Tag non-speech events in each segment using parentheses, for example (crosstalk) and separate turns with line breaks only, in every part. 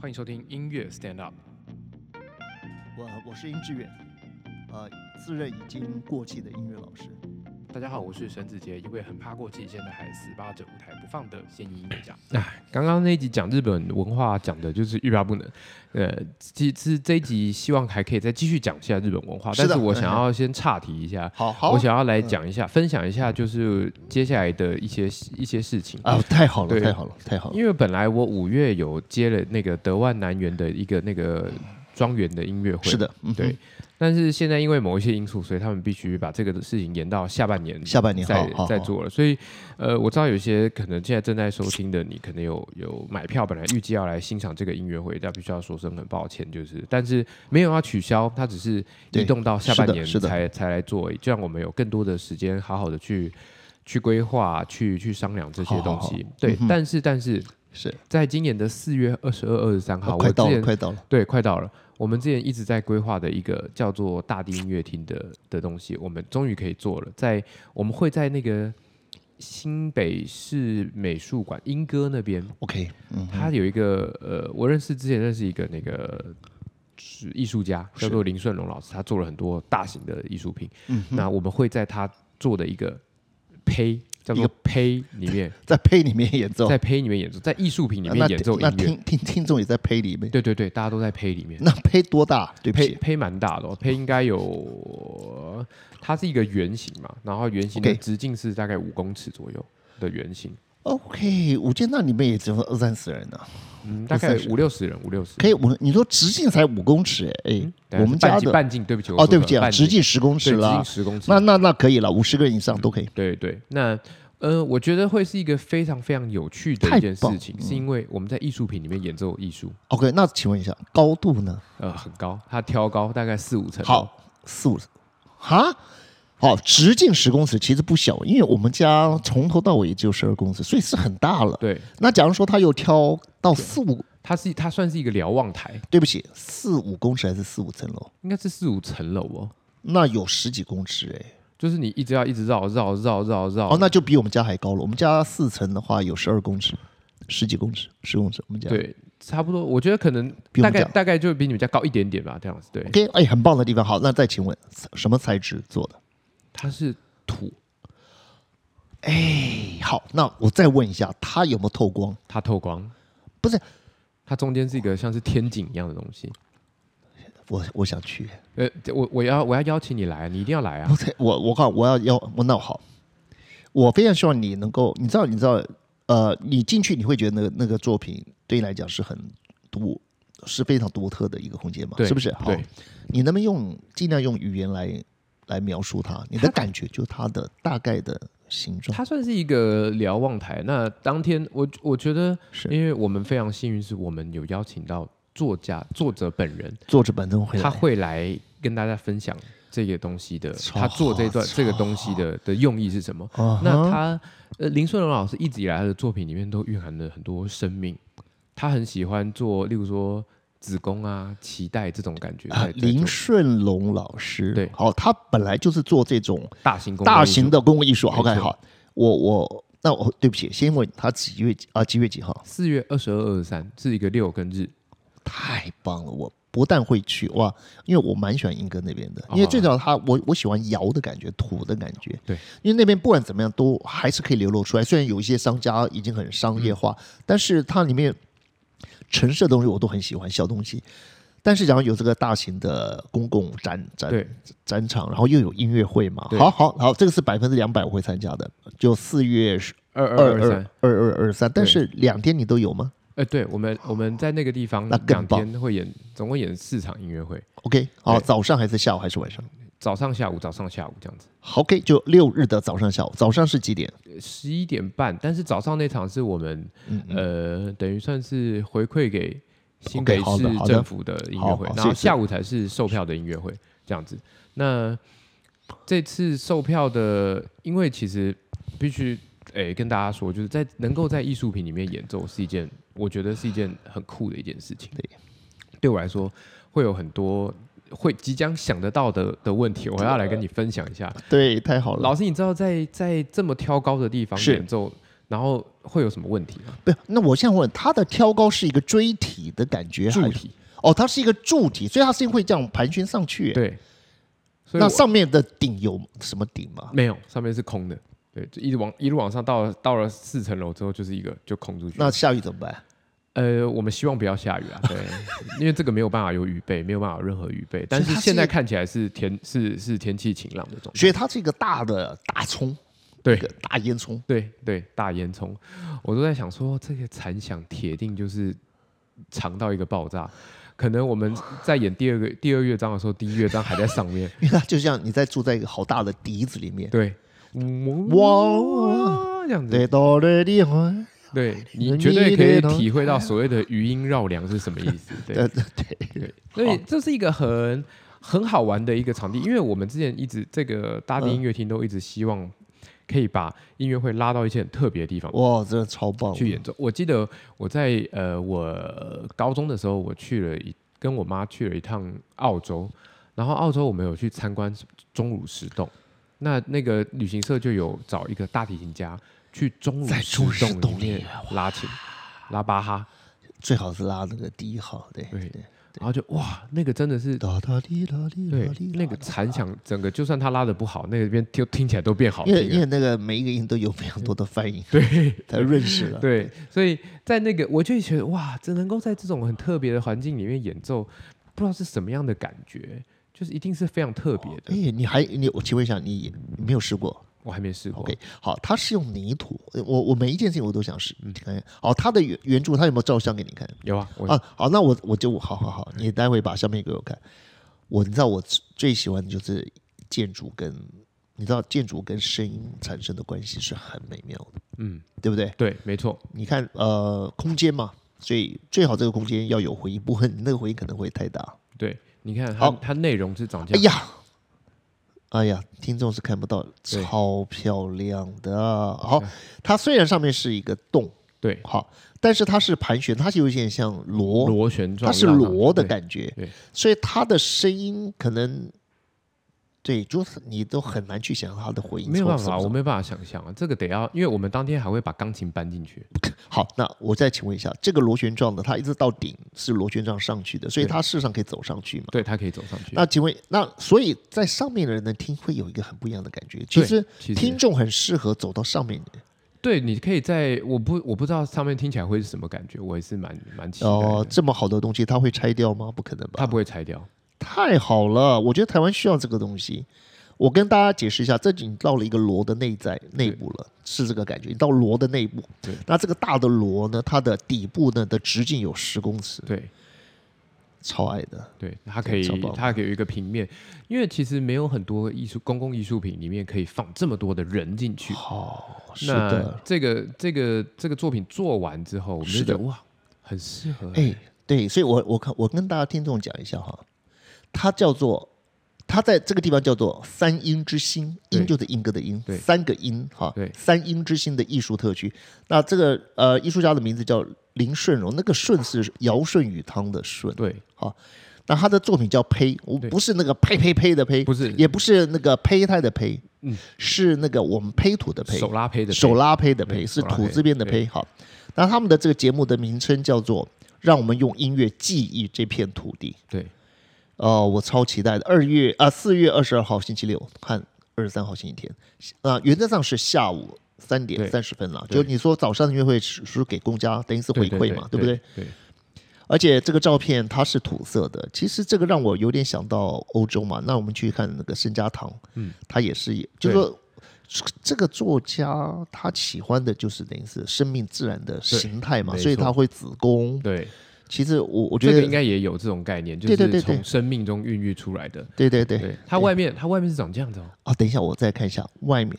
欢迎收听音乐 Stand Up。
我我是殷志远，呃，自认已经过气的音乐老师。
大家好，我是沈子杰，一位很怕过期，现在还死扒着舞台不放的现役音乐家。
哎刚刚那一集讲日本文化讲的就是欲罢不能，呃，其实这一集希望还可以再继续讲一下日本文化，
是
但
的
是我想要先岔题一下，
好好
我想要来讲一下，分享一下就是接下来的一些一些事情。
啊，太好了，
对
太好了，太好了。
因为本来我五月有接了那个德万南园的一个那个庄园的音乐会，
是，的，嗯哼
对，。但是现在因为某一些因素，所以他们必须把这个事情延到下半年
下半年好
在
好
在
好
做了，所以呃，我知道有些可能现在正在收听的你，可能有有买票，本来预计要来欣赏这个音乐会，但必须要说声很抱歉，就是但是没有要取消，它只是
对
移动到下半年
是的是的
才才来做而已，这样我们有更多的时间好好的去去规划、去去商量这些
好好
东
好
西。对
嗯，哼
但是但是
是
在今年的四月二十二、二十三号，
啊
我
快
之
到了，
前
快到了。
对，快到了。我们之前一直在规划的一个叫做大地音乐厅的的东西，我们终于可以做了。在我们会在那个新北市美术馆莺歌那边，
OK，嗯哼，
它有一个呃，我认识之前认识一个那个是艺术家
是
叫做林顺龙老师，他做了很多大型的艺术品。
嗯哼，
那我们会在他做的一个胚叫
一
做
个
胚里
(clears throat)
面，
在胚里面演奏，
在胚里面演奏，在艺术品里
啊
面
那
演
听
奏
那
音乐。
听听听众也在胚里面。
对对对，大家都在胚里面。
那胚多大？对不
胚
起，
胚蛮大的、哦，胚应该有，它是一个圆形嘛，然后圆形的
OK
直径是大概五公尺左右的圆形，
OK，五件那里面也只有二三十人呢、
嗯，大
三
概
十
五六十人，五六十。
可以，我你说直径才五公尺，哎
嗯，
哎
等
我
一下
们
是半
家
径半径，
的
对不起，我
哦，
说
对不
错
起
了
啊，
半
直径十公
对
尺
直
啦
径。十公尺，
那那那可以了，五十个人以上都可以。
对对，那呃，我觉得会是一个非常非常有趣的
太
一件
棒
事情，是因为我们在艺术品里面演奏艺术，
OK，那请问一下高度呢？
呃，很高，它挑高大概四五层，
好，四五哈，好，直径十公尺其实不小，因为我们家从头到尾也只有十二公尺，所以是很大了。
对，
那假如说他又挑到四五，
它是它算是一个瞭望台，
对不起，四五公尺还是四五层楼？
应该是四五层楼哦。
那有十几公尺哎、
就是你一直要一直绕绕绕绕绕，
哦，那就比我们家还高了。我们家四层的话有十二公尺，十几公尺，十公尺，我们家。
对，差不多。我觉得可能
比我
大
们
概
讲
大概就比你们家高一点点吧，这样子。对，
OK，哎，很棒的地方。好，那再请问什么材质做的？
它是土，
哎好，那我再问一下，它有没有透光？
它透光，
不是，
它中间是一个像是天井一样的东西。
我我想去。
呃，我我要我要邀请你来，你一定要来啊
我！才我我告我要要我那好，我非常希望你能够，你知道你知道，呃，你进去你会觉得那个那个作品对你来讲是很独，是非常独特的一个空间嘛，
对
哦是不是？好
对，
你能不能用尽量用语言来来描述它？你的感觉就是它的大概的形状，
它算是一个瞭望台。那当天我我觉得，
是
因为我们非常幸运，是我们有邀请到作家作者本人，
作者本身会
他
来
会来跟大家分享这个东西的，
超
他做这
好
段这个东西的的用意是什么？
啊哈
那他呃，林顺龙老师一直以来他的作品里面都蕴含了很多生命，他很喜欢做，例如说子宫啊、脐带这种感觉，
啊
在在
林
做
顺龙老师，
对
好，他本来就是做这种
大型公共
大
艺术
型的公共艺术。
没错
OK，好，我我那我对不起，先问他几月几啊？几月几号？
四月二十二、二十三是一个六跟日，
太棒了！我不但会去哇，因为我蛮喜欢英歌那边的，
哦
因为最早它我我喜欢窑的感觉、土的感觉。
对，
因为那边不管怎么样都还是可以流露出来，虽然有一些商家已经很商业化，
嗯
但是它里面城市的东西我都很喜欢，小东西。但是，然后有这个大型的公共展展
对
展场，然后又有音乐会嘛，
对
好好好，这个是百分之两百我会参加的，就四月
二二
二
二
二
三。
二二二三，但
对
是两天你都有吗
呃，对我们我们在那个地方
那更
两
棒
天会演，总共演四场音乐会，
？OK，好，
对
早上还是下午还是晚上？
早上、下午、早上、下午这样子。
好 OK，就六日的早上、下午，早上是几点？
十一点半，但是早上那场是我们、
嗯
呃，等于算是回馈给新
OK，
北
好
市
的好的
政府的音乐会
好好，
然后
是是
下午才是售票的音乐会，这样子。那这次售票的，因为其实必须诶、跟大家说，就是在能够在艺术品里面演奏是一件，我觉得是一件很酷的一件事情。
对，
对我来说会有很多会即将想得到的的问题，我要来跟你分享一下。
对，太好了。
老师，你知道在在这么挑高的地方
是
演奏，然后会有什么问题吗？
不，那我现在问，他的挑高是一个锥体体的感觉还
柱
是，
体，
哦，它是一个柱体，所以它是会这样盘旋上去。，
对，所以
那
我
上面的顶有什么顶吗？
没有上面是空的，对，就一直往一路往上到了到了四层楼之后，就是一个就空出去。
那下雨怎么办？
呃，我们希望不要下雨啊，对， (laughs) 因为这个没有办法有预备，没有办法有任何预备，但
所
是
以它是
现
一
在
个
看起来是天是是天气晴朗的状态。
所以它是一个大的大葱，
对
一个大烟囱。。
对对，大烟囱，我都在想说，这个残响铁定就是长到一个爆炸。可能我们在演第二个第二乐章的时候，第一乐章还在上面
因为它就像你在住在一个好大的笛子里面，
对，哇，哦
哇
这样子，
对，哆来咪发，
对你绝对可以体会到所谓的余音绕梁是什么意思。对
对对对，
对，所以这是一个很很好玩的一个场地，因为我们之前一直这个大地音乐厅都一直希望可以把音乐会拉到一些很特别的地方。
哇，真的超棒！
去演奏。我记得我在呃我高中的时候，我去了一跟我妈去了一趟澳洲，然后澳洲我们有去参观钟乳石洞，那那个旅行社就有找一个大提琴家去钟乳
在钟乳石
石洞
洞
里
里
面拉琴，拉巴哈，
最好是拉那个第一号，对
对，然后就哇，那个真的是。
哒哒滴哒滴
对
哒滴，，
那个残响，整个就算他拉的不好，那个边听听起来都变好
因为
听
因
了。
为那个每一个音都有非常多
(laughs)
的翻译，对，才认识 (laughs) 了。
对，所以在那个我就觉得哇，只能够在这种很特别的环境里面演奏，不知道是什么样的感觉，就是一定是非常特别的。
哎，你还你我请问一下，你你没有试过
我还没试过
？OK，好，它是用泥土，我我每一件事情我都想试。看，好，它的原原著它有没有照相给你看？
有啊，我、
啊，好，那我我就好好好，你待会把相片给我看。我你知道我最最喜欢的就是建筑跟你知道建筑跟声音产生的关系是很美妙的，
嗯，
对不对？
对，没错，
你看呃，空间嘛，所以最好这个空间要有回音，不然你那个回音可能会太大。
对，你看它
好
它内容是长这
哎
样，
呀，哎呀，听众是看不到，
对
超漂亮的。好，它虽然上面是一个洞，
对，
好，但是它是盘旋，它是有一点像螺
螺旋状
它
让，
是锣的
对
感觉
对，
所以它的声音可能对，就是你都很难去想象它的回音。
没有办法，我没有办法想象啊，这个得要，因为我们当天还会把钢琴搬进
(laughs)
去，
好，那我再请问一下，这个螺旋状的，它一直到顶是螺旋状上去的，所以
对
它事实上可以走上去嘛？
对，它可以走上去。
那请问，那所以在上面的人呢听会有一个很不一样的感觉。其
对
实
其实
听众很适合走到上面
对，你可以在我不我不知道上面听起来会是什么感觉，我也是蛮蛮期待的。
哦，这么好的东西，它会拆掉吗？不可能吧？
它不会拆掉，
太好了，我觉得台湾需要这个东西。我跟大家解释一下，这已经到了一个螺的内在内部了，是这个感觉。你到螺的内部
对，
那这个大的螺呢，它的底部呢的直径有十公尺，
对，
超矮的。
对，它可以
超棒，
它可以有一个平面，因为其实没有很多艺术公共艺术品里面可以放这么多的人进去。
好，哦是
那
的，
这个这个这个作品做完之后，我们就是觉
的
得哇，很适合欸、
哎，对，所以我我看我跟大家听众讲一下哈，它叫做它在这个地方叫做三音之星，
对
音就是莺歌的音
对，
三个音哈，
对
三音之星的艺术特区。那这个呃艺术家的名字叫林顺荣，那个顺是尧舜禹汤的舜，
对，
那他的作品叫呸，我
对
不是那个呸呸呸的呸，
不是
也不是那哎个胚胎的胚，
嗯
是那个我们胚土的胚，
手拉胚的胚
手拉胚的
对
胚，是
手拉
土
胚
字边的
对
胚。好，那他们的这个节目的名称叫做“让我们用音乐记忆这片土地
对，”。
哦，我超期待的。二月啊，四、月二十二号星期六和二十三号星期天，啊、原则上是下午三点
对
三十分了。
对
就你说早上的音乐会是是给公家，等于是回馈嘛，对不
对
对？？
对，
而且这个照片它是土色的，其实这个让我有点想到欧洲嘛。那我们去看那个圣家堂，
嗯，
它也是，
对
就是说这个作家他喜欢的就是等于是生命自然的形态嘛，
没错
所以他会子宫。
对，
其实我我
我
觉得
这个应该也有这种概念，就
对对
是
对对
从生命中孕育出来的。
对对对
对，它外面它外面是长这样子哦，
啊，等一下我再看一下外面。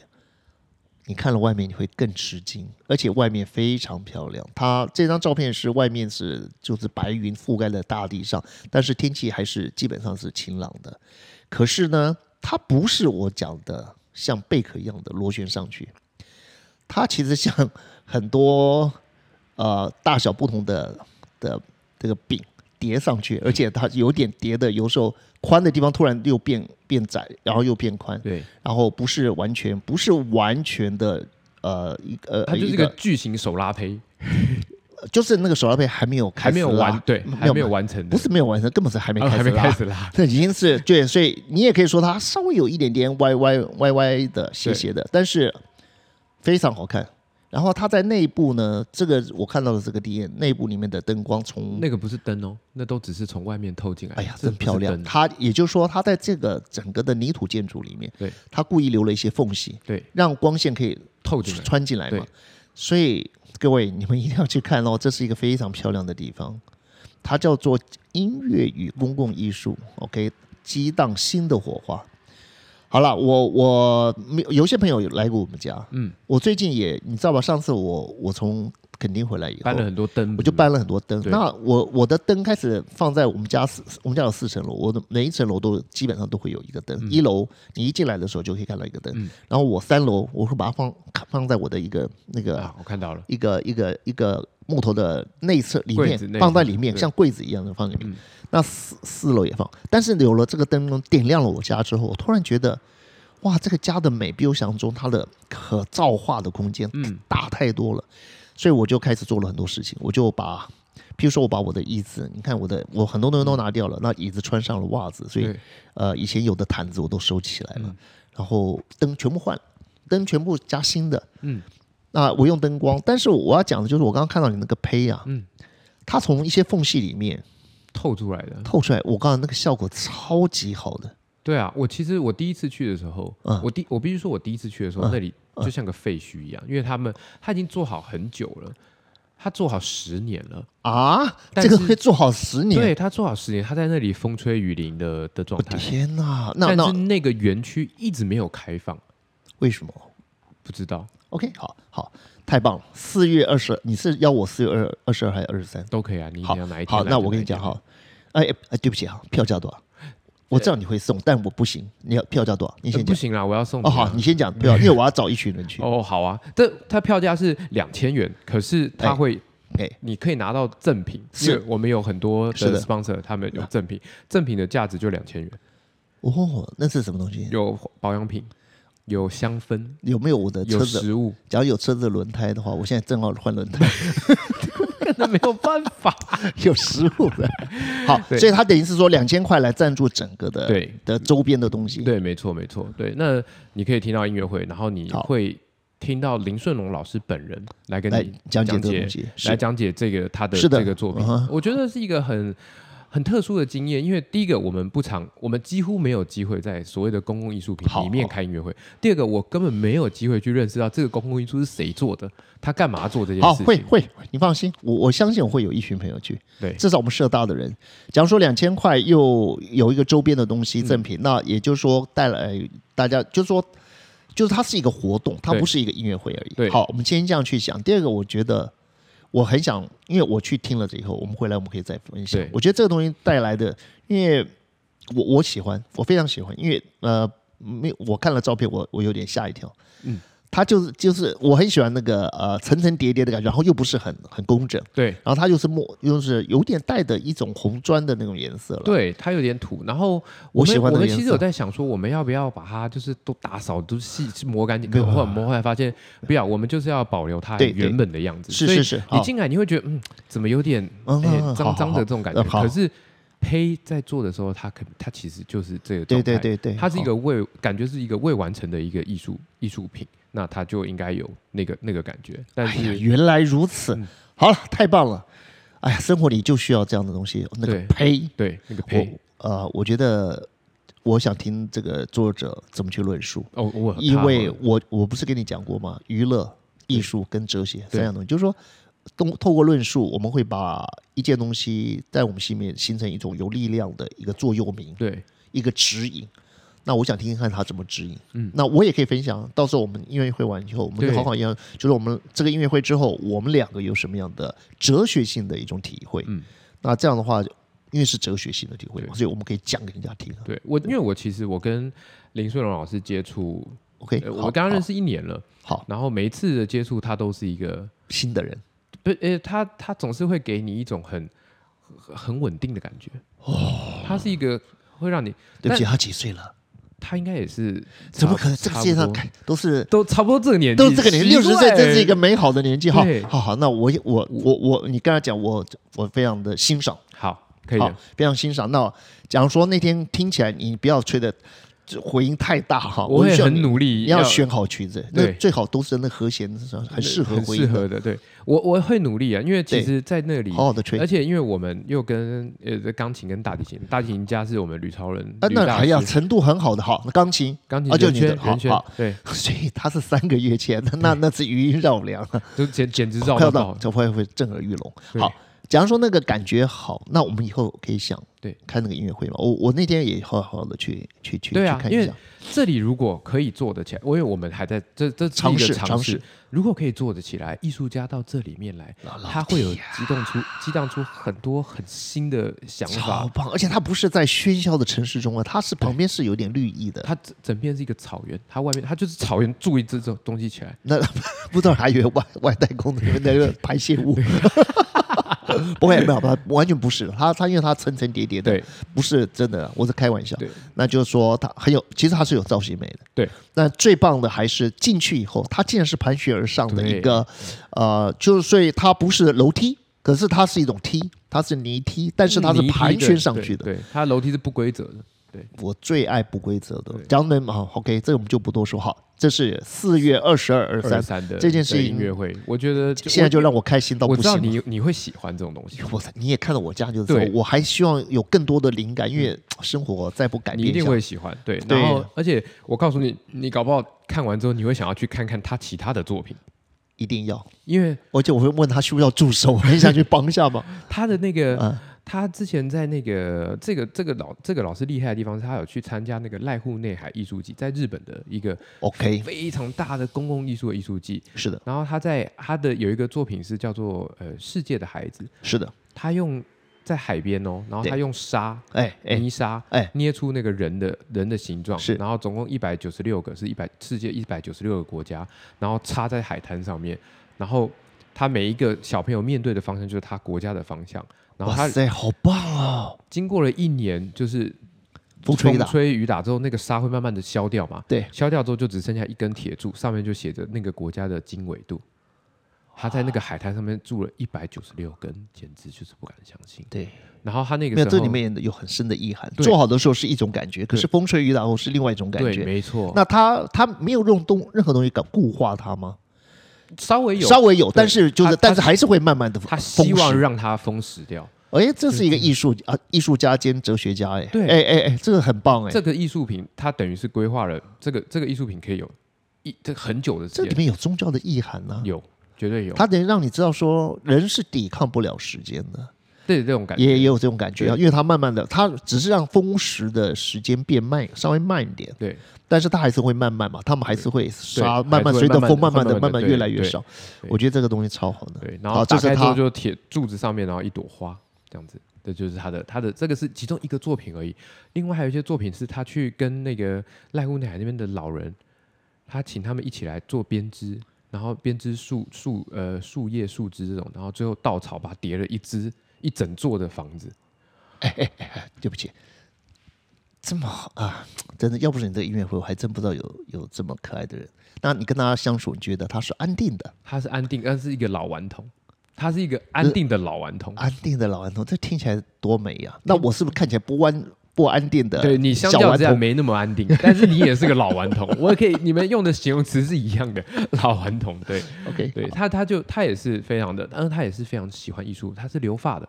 你看了外面，你会更吃惊，而且外面非常漂亮。它这张照片是外面是就是白云覆盖在大地上，但是天气还是基本上是晴朗的。可是呢，它不是我讲的像贝壳一样的螺旋上去，它其实像很多呃大小不同的的这个饼叠上去，而且它有点叠的，有时候宽的地方突然又变变窄，然后又变宽，
对，
然后不是完全不是完全的呃一呃
它就是
一
一个巨型手拉胚，
就是那个手拉杯还没有开
还
始
没有
拉
完，对，还没有完成的，
不是没有完成，根本是还没
哦还
开始
没
拉。
开始啦。
这已经是对，所以你也可以说它稍微有一点点歪歪歪歪的斜斜的，但是非常好看。然后它在内部呢，这个我看到的这个店内部里面的灯光从
那个不是灯哦，那都只是从外面透进来的。
嗯哎呀，
这
真
不是
漂亮！
灯啊
它也就是说，它在这个整个的泥土建筑里面，
对，
它故意留了一些缝隙，
对，
让光线可以
透
(laughs)
进来。
穿进来嘛
对。
所以各位，你们一定要去看哦，这 (laughs) 是一个非常漂亮的地方，它叫做音乐与公共艺术。OK，激荡新的火花。好了，我我没有有些朋友有来过我们家，
嗯，
我最近也你知道吧？上次我我从垦丁回来以后
搬了，很多灯，
我就搬了很多灯。
嗯对
那我我的灯开始放在我们家四，我们家有四层楼，我的每一层楼都基本上都会有一个灯。一楼你一进来的时候就可以看到一个灯，
嗯
然后我三楼我会把它放放在我的一个那
对不
个、
对啊，我看到了，
一个一个一个木头的内侧里
柜
面
子内侧
放在里面，
对
像柜子一样的放里面。
嗯
那四四楼也放，但是有了这个灯笼点亮了我家之后，我突然觉得。哇，这个家的美比我想象中它的可造化的空间
嗯
大太多了，所以我就开始做了很多事情，我就把，譬如说我把我的椅子，你看我的我很多东西都拿掉了，那椅子穿上了袜子，所以
嗯对嗯
呃以前有的毯子我都收起来了，然后灯全部换了，灯全部加新的，
嗯，
那我用灯光，但是我要讲的就是我刚刚看到你那个胚啊，
嗯，
它从一些缝隙里面
透出来的。
透出来，我刚刚那个效果超级好的，
对啊，我其实我第一次去的时候，
嗯
我第我必须说，我第一次去的时候，那里就像个废墟一样，因为他们他已经做好很久了，他做好十年了，
啊，
但是
这个可以做好十年，
对他做好十年，他在那里风吹雨淋的的状
我
态，
天哪，那
但是
那
那个园区一直没有开放，
为什么？
不知道
OK，好好，太棒了！四月二十，你是要我四月二二十二还是二十三？
都可以啊，你
好
想要哪一天？
好，
哪一
那
天
我跟你讲，哈，哎哎，对不起哈，票价多少？我知道你会送，但我不行。你要票价多少？你
哪一天呃不
先讲。
行啦，我要送
哦，
你啊
好，你先讲
(laughs)
票，因为我要找一群人去。
哦，好啊，这它票价是两千元，可是它会，
哎
你可以拿到赠品，
是
因为我们有很多
是
的
的嗯
sponsor，他们有赠品，赠品的价值就两千元，
哦，那是什么东西？
有保养品，有香氛，
有没有我的
有
呃车子？
食
(laughs)
物，
假如有车子的轮胎的话，我现在正好换轮胎，
那没有办
(laughs)
法，
有食物的。好，
对
所以他等于是说两千块来赞助整个的
对
的周边的东西。
对，没错没错，对，那你可以听到音乐会，然后你
好
会听到林顺龙老师本人来跟
来
你
讲
解
解这个东西是
来讲解这个他的
是的
这个作品
嗯哼，
我觉得是一个很。很特殊的经验，因为第一个我们不常，我们几乎没有机会在所谓的公共艺术品
好
里面
好
开音乐会。第二个，我根本没有机会去认识到这个公共艺术是谁做的，他干嘛做这件
好，
事情。
会会，你放心，我我相信我会有一群朋友去。
对
至少我们社大的人，假如说两千块又有一个周边的东
嗯
西赠品，那也就是说带来大家，就是说，就是它是一个活动，它
对
不是一个音乐会而已。
对
好，我们先这样去想。第二个，我觉得我很想，因为我去听了这以后，我们回来我们可以再分享
对。
我觉得这个东西带来的，因为我我喜欢，我非常喜欢，因为呃，没有我看了照片，我我有点吓一跳。
嗯。
它就是就是我很喜欢那个呃层层叠叠的感觉，然后又不是很很工整，
对
然后它又是墨，又是有点带的一种红砖的那种颜色了。，
对，他有点土。然后
我
们
喜欢
我
那个
们
颜
其实
色
有在想说，我们要不要把它就是都打扫，都细去磨干净，
没
可
有
后来我们后来发现不要，我们就是要保留它
对对
原本的样子。
是
所以
是是，
你
好，
进来你会觉得，嗯，怎么有点
嗯
哎
嗯好
脏脏
好
的这种感觉。
呃好
可是胚在做的时候，它可它其实就是这个
对
状态。
对对对，
它是一
好
个未感觉是一个未完成的一个艺术艺术品，那它就应该有那个那个感觉。但
哎呀，
是
原来如此
嗯，
好了，太棒了。哎呀，生活里就需要这样的东西，那个
对
呸，
对那个胚
我呃，我觉得我想听这个作者怎么去论述。
哦，我很
因
怕
为
哦
我我不是跟你讲过吗？娱乐、艺术跟哲学
对
三样东西，就是说，通透过论述，我们会把一件东西在我们心里面形成一种有力量的一个座右铭，
对
一个指引。那我想听听看他怎么指引。
嗯
那我也可以分享，到时候我们音乐会完以后，我们就
对
好好一样，就是我们这个音乐会之后，我们两个有什么样的哲学性的一种体会。
嗯
那这样的话，因为是哲学性的体会嘛，
对
所以我们可以讲给人家听啊。
对，我因为我其实我跟林顺龙老师接触，
OK，
呃
好
我跟他认
好
识一年了，
好
然后每一次的接触，他都是一个
新的人。
不，呃，他他总是会给你一种很很很稳定的感觉。哦，他是一个会让你
对不起，
但
他几岁了？
他应该也是
怎么
差
可能？这个
差
世界
不
上哎
多
都是
都差不多这个年纪，
都是这个年纪，
奇
六十岁
怪
真是一个美好的年纪。好
对，
好好，那我我我我，你刚才讲我我非常的欣赏，
好，可以
好
的，，
非常欣赏。那假如说那天听起来你不要吹的这回音太大哈，
我会
希望
很
你
努力
你要选好曲子，那
对
最好都是那和弦是吧很适合
很
回
适
音的，
合的。对我我会努力啊，因为其
对
实，在那里，
好好的吹
而。且因为我们又跟呃钢琴跟大提琴，大提琴家是我们吕超人，
啊，
吕
那
大
还
师
要程度很好的好，那钢琴， (laughs)
钢琴
啊就
圆
你的
圈
好
圆圈
好，
对，
所以它是三个月前， (laughs) 那那那是余音绕梁，啊
就简简直 (laughs) 绕
哦快要
到
到
爆。
就会会震耳欲聋。
对
好，假如说那个感觉好，那我们以后可以想
对
开那个音乐会嘛。我我那天也好好的去去去
对啊
去看
因
一
为
下，
这里如果可以做得起来，因为我们还在这这是一
尝
个
试
尝
尝
试
试，
如果可以做得起来，艺术家到这里面来，
老老啊
他会有
弟呀
激动出激荡出很多很新的想
超
法。
棒，而且它不是在喧嚣的城市中啊，它是旁边是有点绿意的。
它整整片是一个草原，它外面它就是草原注意这种东西起来，
那不知道还以为外外太空的那个排
(laughs)
泄物。不会，没有，不会，完全不是。它它因为它层层叠叠的，
对
不是真的，我是开玩笑。
对
那就是说它很有，其实它是有造型美的。
对，
那最棒的还是进去以后，它竟然是盘旋而上的
对
一个，呃，就是所以它不是楼梯，可是它是一种梯，它是泥梯，但是它是
嗯泥梯
盘
对
旋上
对
去的。
对，它楼梯是不规则的，
我最爱不规则的
对
江南好 OK，这个我们就不多说。好，这是四月二十二、二
二
三，
三的
这件事
的
情
音乐会，我觉得就
现在就让我开心到
我
不
知道
行了。
你你会喜欢这种东西，
我你也看到我家就是这样
对嗯
我还希望有更多的灵感，因为生活再不改
你
变
一定
下
会喜欢。对，
对
然后而且我告诉你，你搞不好看完之后，你会想要去看看他其他的作品，
一定要。
因为
而且我会问他需不需要助手，很想去帮一
(laughs)
下嘛。
他的那个、
嗯
他之前在那个这个这个老这个老师厉害的地方是，他有去参加那个濑户内海艺术季，在日本的一个
OK，
非常大的公共艺术的艺术季。
是的，
然后他在他的有一个作品是叫做呃《世界的孩子》，
是的，
他用在海边哦，然后他
对
用沙
哎哎，
泥沙，
哎
捏出那个人的人的形状，
是
然后总共一百九十六个，是一百世界一百九十六个国家，然后插在海滩上面，然后他每一个小朋友面对的方向就是他国家的方向，然后
哇
他
塞，好棒哦！
经过了一年，就是
风吹雨打，
吹雨打之后，那个沙会慢慢的消掉嘛，
对，
消掉之后就只剩下一根铁柱，上面就写着那个国家的经纬度。他在那个海滩上面住了一百九十六根，简直就是不敢相信。
对，
然后他那个
没
时
有
候
这里面有很深的意涵。
对
做好的时候是一种感觉，可
对
是风吹雨打后是另外一种感
对，
觉。
没错，
那他他没有用东任何东西敢固化它吗？
稍微有
稍微有，
对
但是就
他
是
他
但是还是会慢慢的。
他希望
让。
让它封死掉。
哎，这是一个艺术啊，艺术家兼哲学家，哎，
对
哎哎哎，这个很棒，哎，
这个艺术品，它等于是规划了这个这个艺术品可以有一这很久的
这
时
里
间，
面有宗教的意涵呢、
有绝对有，
它能让你知道说，人是抵抗不了时间的，
对这种感
也也
觉，
有这种感觉啊，因为它慢慢的，它只是让风蚀的时间变慢，稍微慢一点，
对
但是它还是会慢慢嘛，他们还是会
还
杀，
是
慢慢
会
随着风
慢慢
慢
地
的、
慢慢
慢
地
慢
对
越来越
对
少
对，
我觉得这个东西超好的，
对。然
好
后
这
打
是
开之后
他
就铁柱子上面，然后一朵花这样子，这就是他的他的这个是其中一个作品而已。另外还有一些作品是他去跟那个濑户内海那边的老人，他请他们一起来做编织。然后编织树树呃树叶树枝这种，然后最后稻草把它叠了一只一整座的房子，
对不起。这么好啊！真的，要不是你这个音乐会，我还真不知道有有这么可爱的人。那你跟他相处，你觉得他是安定的？
他是安定，但是一个老顽童，他是一个安定的老顽童。
安定的老顽童，这听起来多美呀、那我是不是看起来不安不安定的？
嗯对你相
小
较
顽
之下
童
没那么安
(laughs)
定，但是你也是个老顽童。我可以，你们用的形容词是一样的，老顽童。对，
，OK，
对他，他就他也是非常的，但是他也是非常喜欢艺术，他是留发的，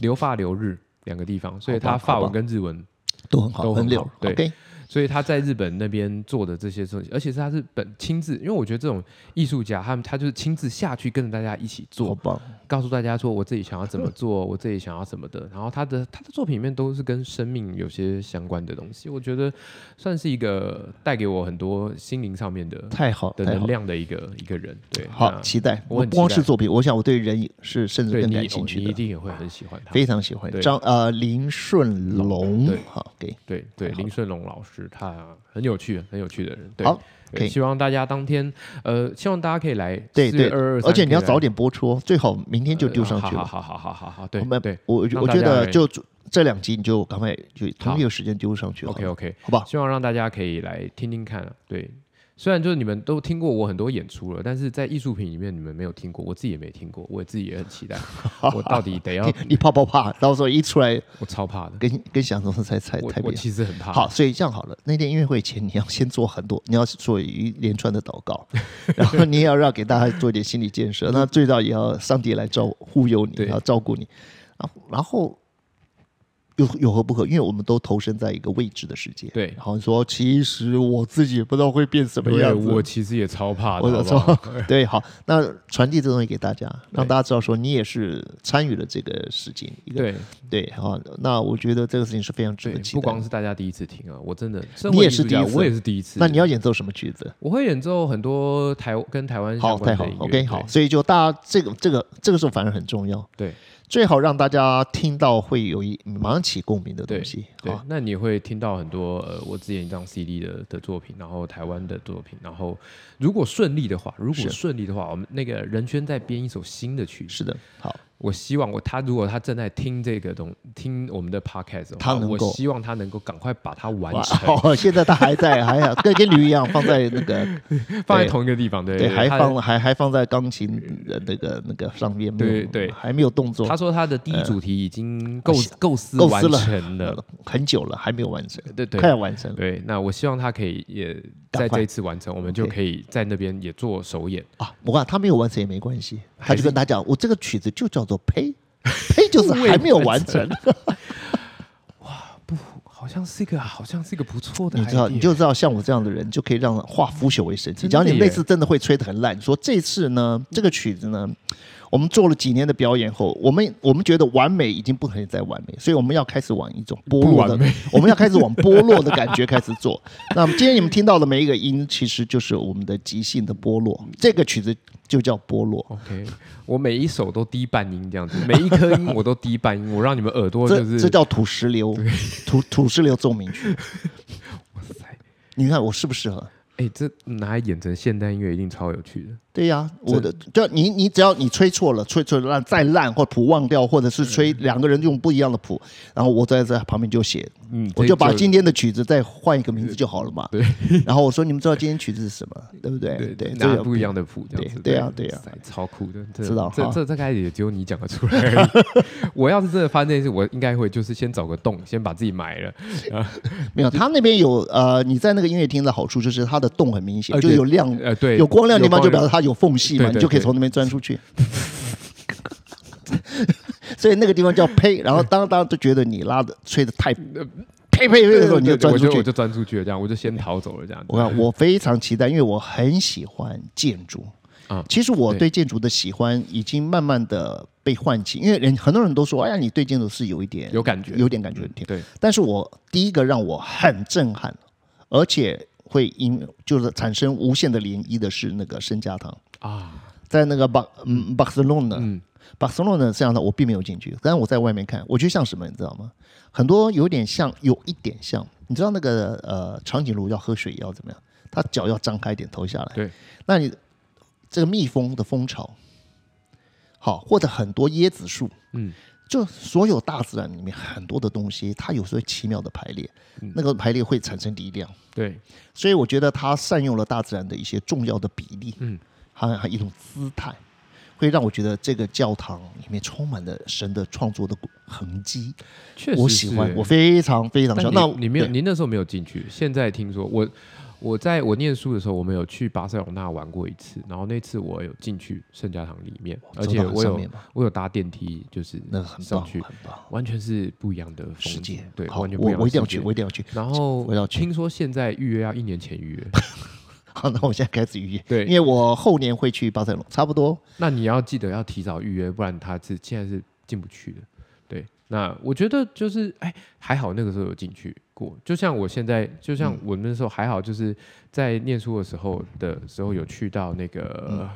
留发留日两个地方，所以
好吧
他法
好
文
吧
跟日文，
都很好，
都很好
很溜。
对
OK，
所以他在日本那边做的这些东西，而且是他是本亲自，因为我觉得这种艺术家，他们他就是亲自下去跟着大家一起做
好，棒，
告诉大家说我自己想要怎
(laughs)
么做，我自己想要什么的。然后他的他的作品里面都是跟生命有些相关的东西，我觉得算是一个带给我很多心灵上面的
太好，
的
太
能
好，
量的一个一个人。对，
好
那
期待。
我
我
很
不光
期待
是作品，我想我对人也是甚至
对
更
你、
感
哦
兴
你
趣
一
的，
定也会很喜欢他。
非常喜欢
对
张呃林顺龙
对。
好，OK，
对对，林顺龙老师他很有趣，很有趣的人。对，
好
对
可以
希望大家当天呃，希望大家可以来
对对
二二，
而且你要早点播出哦，最好明天就丢上去
呃好
了。
好好好好好好，对
我们
对，
我
让
我
大
觉
家
得
来
就祝这两集你就赶快就同一个时间丢上去了
OK OK，
好吧？
希望让大家可以来听听看、啊。对，虽然就是你们都听过我很多演出了，但是在艺术品里面你们没有听过，我自己也没听过，我自己也很
(laughs)
期待。我到底得要
你，你怕不怕？到时候一出来
我超怕的，
跟跟想中才才
我
太不
我
一样。
其实很怕。
好，，所以这样好了，那天音乐会前你要先做很多，你要做一连串的祷
(laughs)
告，然后你也要让给大家做一点心理建设，那最少也要上帝来照护佑你，
对
要照顾你，然后然后有有何不可？因为我们都投身在一个未知的世界，
对
然后说其实我自己也不知道会变什么
对，
样子，
我其实也超怕的。
我
好
有
不好
错， (laughs) 对，好，那传递这东西给大家，让大家知道说你也是参与了这个事情，一个
对
对，好，那我觉得这个事情是非常值
对
得，期
不
待
光
的。
是大家第一次听啊，我真的，身
你
为
也
艺
是
术家
第一次
我也是第一次。
那你要演奏什么曲子？
我会演奏很多台跟台湾
好，
相关
太好
的音乐。
，OK，好，所以就大家这个这个这个时候反而很重要，
对。对
最好让大家听到会有一马上起共鸣的东西。
对
好，，
那你会听到很多呃，我之前一张 CD 的的作品，然后台湾的作品，然后如果顺利的话，如
是
果顺利的话，我们那个任轩在编一首新的曲子，
是的，好，
我希望我他如果他正在听这个东听我们的 podcast，的话
他能
我
够
希望他能够赶快把它完
哇，哦
成，
好，现在他还在，还要跟跟驴一样放在
(laughs)
那个
放在
对
同一个地方，对
对，还。
他
放还还放在钢琴的那个那个上面，没有
对对
还没有动作。
他说他的第一主题已经构
呃啊是
构思
构
完
思了
成了，
很久了，还没有完成，
对对
快要完成了
对。那我希望他可以也
赶
在
快
这一次完成，我们就
OK
可以在那边也做首演。
啊！我看他没有完成也没关系，他
还
就是跟大家讲，我这个曲子就叫做
(laughs)
呸，呸就是还没有完成，
好像是一个，好像是一个不错的 idea，
你
(laughs)
知道，你就知道像我这样的人就可以让化腐朽为神奇。
真的
只要你
耶
那次真的会吹得很烂，你说这次呢，这个曲子呢，我们做了几年的表演后，我们我们觉得完美已经不可以再完美，所以我们要开始往一种剥
不
落
完
的， (laughs) 我们要开始往剥落的感觉开始做。 (laughs) 那么今天你们听到的每一个音，其实就是我们的即兴的剥落。这个曲子就叫剥落。
OK，我每一首都低半音这样子，
(laughs)
每一颗音我都低半音，我让你们耳朵就
这
是
这叫土石流，土土石流奏鸣
(laughs)
曲。你看我适不适合？
哎、这拿来演成现代音乐一定超有趣的。
对呀、我的就你你只要你吹错了，吹吹烂再烂或谱忘掉，或者是吹两个人用不一样的谱，然后我在在旁边就写，
嗯，
我
这
就把今天的曲子再换一个名字就好了嘛。对，然后我说你们知道今天曲子是什么，对不对？对，
对
这
拿
个
不一样的谱这样子，
对对啊对啊
塞超酷的，这
知道
这
好
这这概也只有你讲得出来
(laughs)
而已。我要是真的发生这件事，我应该会就是先找个洞，先把自己埋了，
没有，他那边有呃，你在那个音乐厅的好处就是它的洞很明显，
而
就
且
有亮
呃，对，
有光亮的地方就
有光
表示它有缝隙嘛，
对对
你就可以从那边钻出去。 (laughs) 所以那个地方叫呸，然后当当就觉得你拉的吹的太呸呸呸的时候，你就
呃对对
钻
我
出
就
去
我。就钻出去了，这样我就先逃走了，这样子。
我看我非常期待，因为我很喜欢建筑
啊
其实我
对
对建筑的喜欢已经慢慢的被唤起，因为人很多人都说，哎呀，你对建筑是有一点
有感觉
有点感觉的。
对，
但是我第一个让我很震撼，而且会因就是产生无限的涟漪的是那个圣家堂，
啊，
在那个巴嗯巴塞隆呢，
嗯，
巴塞隆呢圣家堂我并没有进去，但是我在外面看，我觉得像什么，你知道吗？很多有点像，有一点像，你知道那个呃长颈鹿要喝水要怎么样？它脚要张开一点，头下来。
对，
那你这个蜜蜂的蜂巢，好，或者很多椰子树，
嗯，
就所有大自然里面很多的东西，它有时候奇妙的排列，
嗯
那个排列会产生力量，
对，
所以我觉得它善用了大自然的一些重要的比例，
嗯，
还有还有一种姿态，会让我觉得这个教堂里面充满了神的创作的痕迹，
确实
我喜欢
是，
我非常非常喜
但
欢。
你
那
你没有，
对
你那时候没有进去。现在听说我，我在我念书的时候，我们有去巴塞隆纳玩过一次，然后那次我有进去圣家堂里面，而
走
且
到哦很
我
上
有
面嘛
我有搭电梯，就是
那个很棒，
上去，
很棒，
完全是不一样的
世
风景
界，
对，
好，
完全不
我
一样的世界。
我一定要去，我一定要去。
然后
我要去
听说现在预约要一年前
(laughs)
预约，
好，那我现在开始预约，
对
因为我后年会去巴塞隆，差不多。
那你要记得要提早预约，不然他是现在是进不去的。对，那我觉得就是哎，还好那个时候有进去过，就像我现在，就
嗯
像我那时候还好，就是在念书的时候的时候有去到那个、
嗯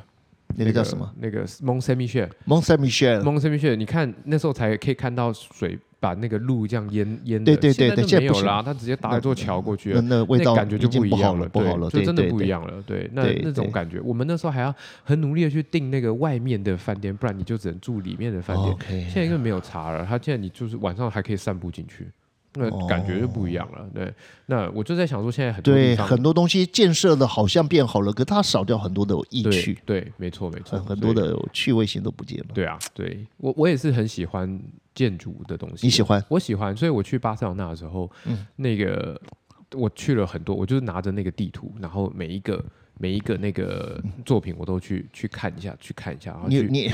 那个叫什么？呃
那个 Mont Saint Michel。
蒙塞米歇尔
Mont Saint Michel，你看那时候才可以看到水把那个路这样淹淹的，
对对对
现在
对
就没
现在
有
不行
啦，他直接搭一座桥过去
那
了。
那味道
那感觉就
已经
一
好
样
了，
对
好了，
就
对
真的
对
不一
对
样了。对，那
对
那种
对
感觉，我们那时候还要很努力的去订那个外面的饭店，不然你就只能住里面的饭店。
OK，
现在因为没有查了，他现在你就是晚上还可以散步进去，那感觉就不一样了。对，那我就在想说，现在很多地
哦对，
方
很多东西建设的好像变好了，可它少掉很多的意
对
趣，
对，没错没错，
很很
所
多
以
的趣味性都不见了。
对啊，对我我也是很喜欢建筑的东西。
你喜欢？
我喜欢，所以我去巴塞罗那的时候，
嗯
那个我去了很多，我就是拿着那个地图，然后每一个每一个那个作品我都去去看一下，去看一下，然后
嗯你
去
你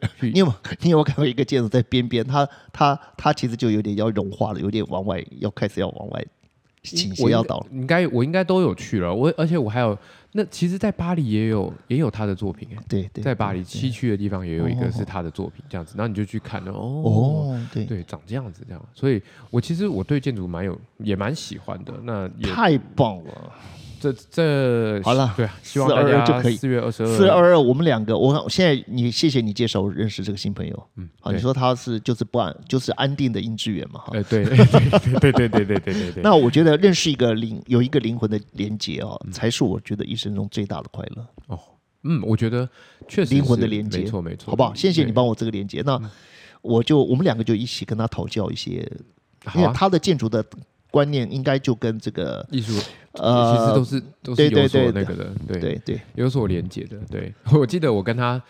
(laughs) 去
你有没有你有没有看过一个建筑在边边，它它它其实就有点要融化了，有点往外要开始要往外倾斜
我
要
应该
倒了。
应该我应该都有去了，我而且我还有那其实，在巴黎也有也有他的作品、欸，
对对，
在巴黎西区的地方也有一
哦
个是他的作品，这样子，然后你就去看哦
哦，对，
对，长这样子这样，所以我其实我对建筑蛮有也蛮喜欢的。那也
太棒了。
这这
好了
对啊，希望大
422
家
就可以
四月二十二，
四二二，我们两个，我现在你谢谢你介绍我认识这个新朋友，嗯，好，
对
你说他是就是不安，就是安定的应志远嘛，哈，
哎，
(laughs)
对对对对对对对对对，
啊那我觉得认识一个灵有一个灵魂的连接哦，
嗯
才是我觉得一生中最大的快乐，
哦，嗯，我觉得确实是
灵魂的连接
没错没错，
好不好？谢谢你
对，嗯
帮我这个连接，那我就我们两个就一起跟他讨教一些，因
好
为
啊，
他的建筑的观念应该就跟这个
艺术其实
呃
都，是都是
对对
有所
对
那个的，对
对对，
有所连接的。对 (laughs) 我记得我跟他，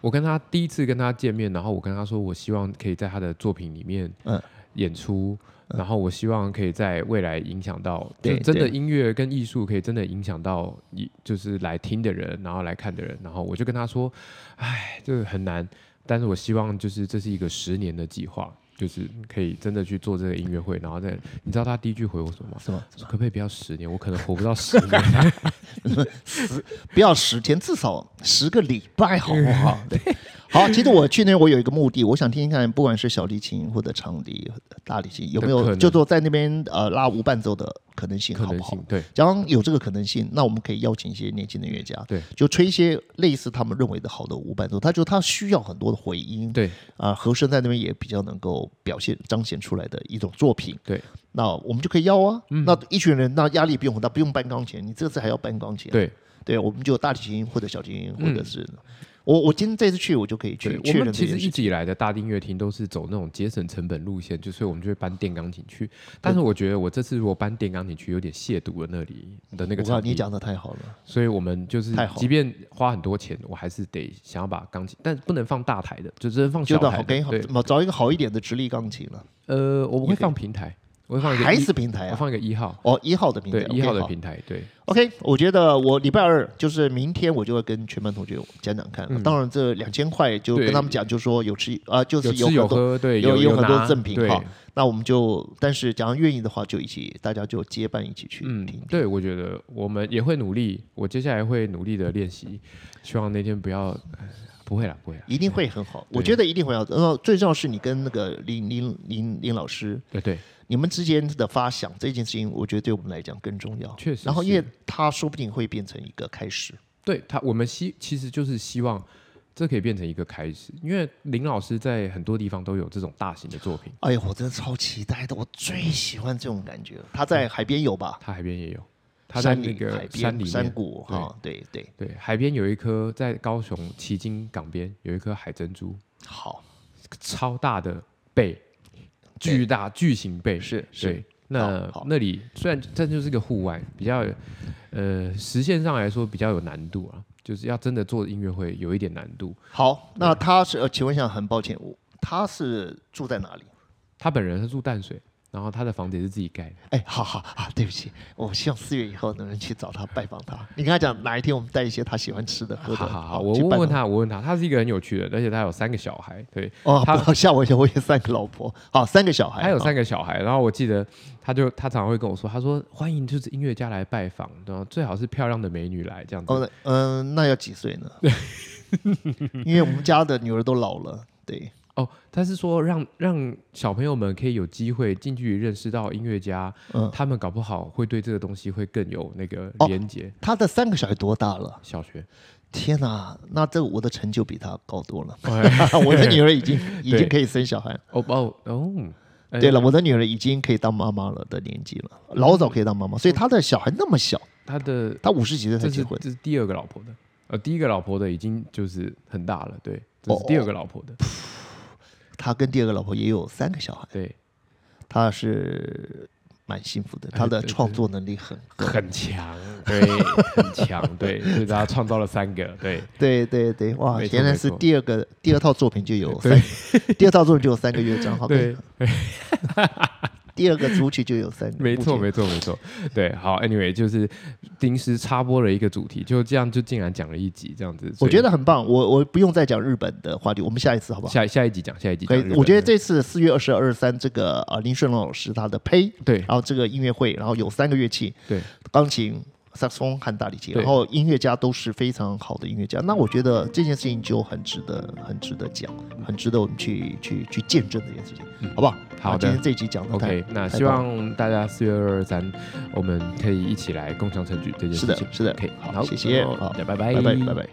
我跟他第一次跟他见面，然后我跟他说，我希望可以在他的作品里面，
嗯
演出。然后我希望可以在未来影响到，就
对
真的
对
音乐跟艺术可以真的影响到一就是来听的人，然后来看的人。然后我就跟他说，哎，这个很难，但是我希望就是这是一个十年的计划，就是可以真的去做这个音乐会。然后再，你知道他第一句回我什么吗？
什么
他说可不可以不要十年？我可能活不到
(laughs)
十年。
不要十天，至少十个礼拜，好不好？
嗯
对，好。其实我去年我有一个目的，我想听听看，不管是小提琴或者长笛、大提琴，有没
可
有
能
就说在那边呃拉无伴奏的可能性，
可
好
能
不好
性？对，
假如有这个可能性，那我们可以邀请一些年轻的乐家，
对，
就吹一些类似他们认为的好的无伴奏。他觉得他需要很多的回音， (laughs)
对
啊、和声在那边也比较能够表现彰显出来的一种作品。
对，嗯
那我们就可以邀啊，那一群人那压力不用很大，不用搬钢琴，你这次还要搬钢琴，啊
对，
对，我们就有大提琴或者小提琴，或者是、我我今天这次去我就可以
嗯
去
对，我
确认
们
这
其实
件
一
事。
直以来的大音乐厅都是走那种节省成本路线，就所以我们就会搬电钢琴去。但是我觉得我这次如果搬电钢琴去，有点亵渎了那里的那
我
个
靠，
场
你
地。
讲的太好了，
所以我们就是
太好，了
即便花很多钱，我还是得想要把钢琴，但不能放大台的，就只能放
就
小
到
台
好
的。
跟
对，
好找一个好一点的直立钢琴了，
呃，我会放平台，我会放一个
还
一
是平台
我
啊？
放一个一号，
哦，一号的平台
对，
，OK，
一号的
好
平台，对，
OK，我觉得我礼拜二就是明天，我就会跟全班同学讲讲看。
嗯
当然，这两千块就
对
跟他们讲，就说有吃啊、就是
有吃有
很多。
喝，对，
有
有
有很多
拿
赠品
对
哈那我们就，但是假如愿意的话，就一起大家就结伴一起去
嗯
听。，
对，我觉得我们也会努力，我接下来会努力的练习，希望那天不要，呃不会啦，不会啦，
一定会很好，
对
我觉得一定会好。然后最重要是你跟那个林林林林老师，
对呃对
你们之间的发想这件事情，我觉得对我们来讲更重要。
确实
然后
是
因为他说不定会变成一个开始。
对，他我们希其实就是希望这可以变成一个开始，因为林老师在很多地方都有这种大型的作品，
哎呀，我真的超期待的，我最喜欢这种感觉。他在海边有吧？
他海边也有，他在
山
那
里海
个山里
边、山
面，
谷
对
哈，对对，
对，海边有一颗在高雄旗津港边有一颗海珍珠，
好，
超大的贝，巨大巨型贝
是是
对，那
好好
那里虽然这就是个户外，比较呃实现上来说比较有难度啊，就是要真的做音乐会有一点难度。
好。那他是，呃，请问一下，很抱歉，我他是住在哪里？
他本人是住淡水，然后他的房子也是自己盖的。
哎，好好啊，对不起，我希望四月以后能去找他拜访他。你跟他讲哪一天我们带一些他喜欢吃的、喝
好
的。
好好，我
去哦拜
问问
访
他，我问他，他是一个很有趣的人，而且他有三个小孩，对，
哦，
他
不要吓我一跳，我有三个老婆，好，三个小孩，
他有
哎好
三个小孩，然后我记得他就他常常会跟我说，他说欢迎就是音乐家来拜访，然后最好是漂亮的美女来这样子。
哦，那嗯，那要几岁
(laughs)
呢？因为我们家的女儿都老了，对，
哦，他是说让让小朋友们可以有机会近距离认识到音乐家，
嗯
他们搞不好会对这个东西会更有那个
哦
连接。
他的三个小孩多大了？
小学
天哪，那这我的成就比他高多了。
哎
(laughs)
(laughs)
我的女儿已经已经
对
可以生小孩了。
哦哦哦，哎
对了，我的女儿已经可以当妈妈了的年纪了，老早可以当妈妈，所以她的小孩那么小，
他的
她五十几岁才
这是
结婚，
这是第二个老婆的，呃，第一个老婆的已经就是很大了，对，这是
哦
第二个老婆的，
她跟第二个老婆也有三个小孩，
对，
她是蛮幸福的，
哎
她的
对对
创作能力很高，
很强，对，很强，对，所以他创造了三个，对，
对对对，哇，
没错
原来
没
是
错
第二个第二套作品就有
对
三，第二套作品就有三个乐章，好，
对，
第二个组曲就有三个，
没错，
目前
没错，没错。对，好，anyway，就是临时插播了一个主题，就这样就竟然讲了一集这样子。所
我
以
觉得很棒，我我不用再讲日本的话题，我们下一次好不好？
下下一集讲，下一集
可
讲
以
日本，的。
我觉得这次四月二十二三这个呃林顺龙老师他的胚，
对
然后这个音乐会，然后有三个乐器，
对，
钢琴、萨克斯风和大提琴，
对
然后音乐家都是非常好的音乐家。那我觉得这件事情就很值得，很值得讲，
嗯
很值得我们去去去见证这件事情，好不好？
好的
那今天这一集讲的
OK，那希望大家四月二二三，我们可以一起来共襄盛举这件
是
事
的
情。，
是的，
OK，好，
谢谢，
然后
好，
大家拜
拜
拜，
拜，拜拜。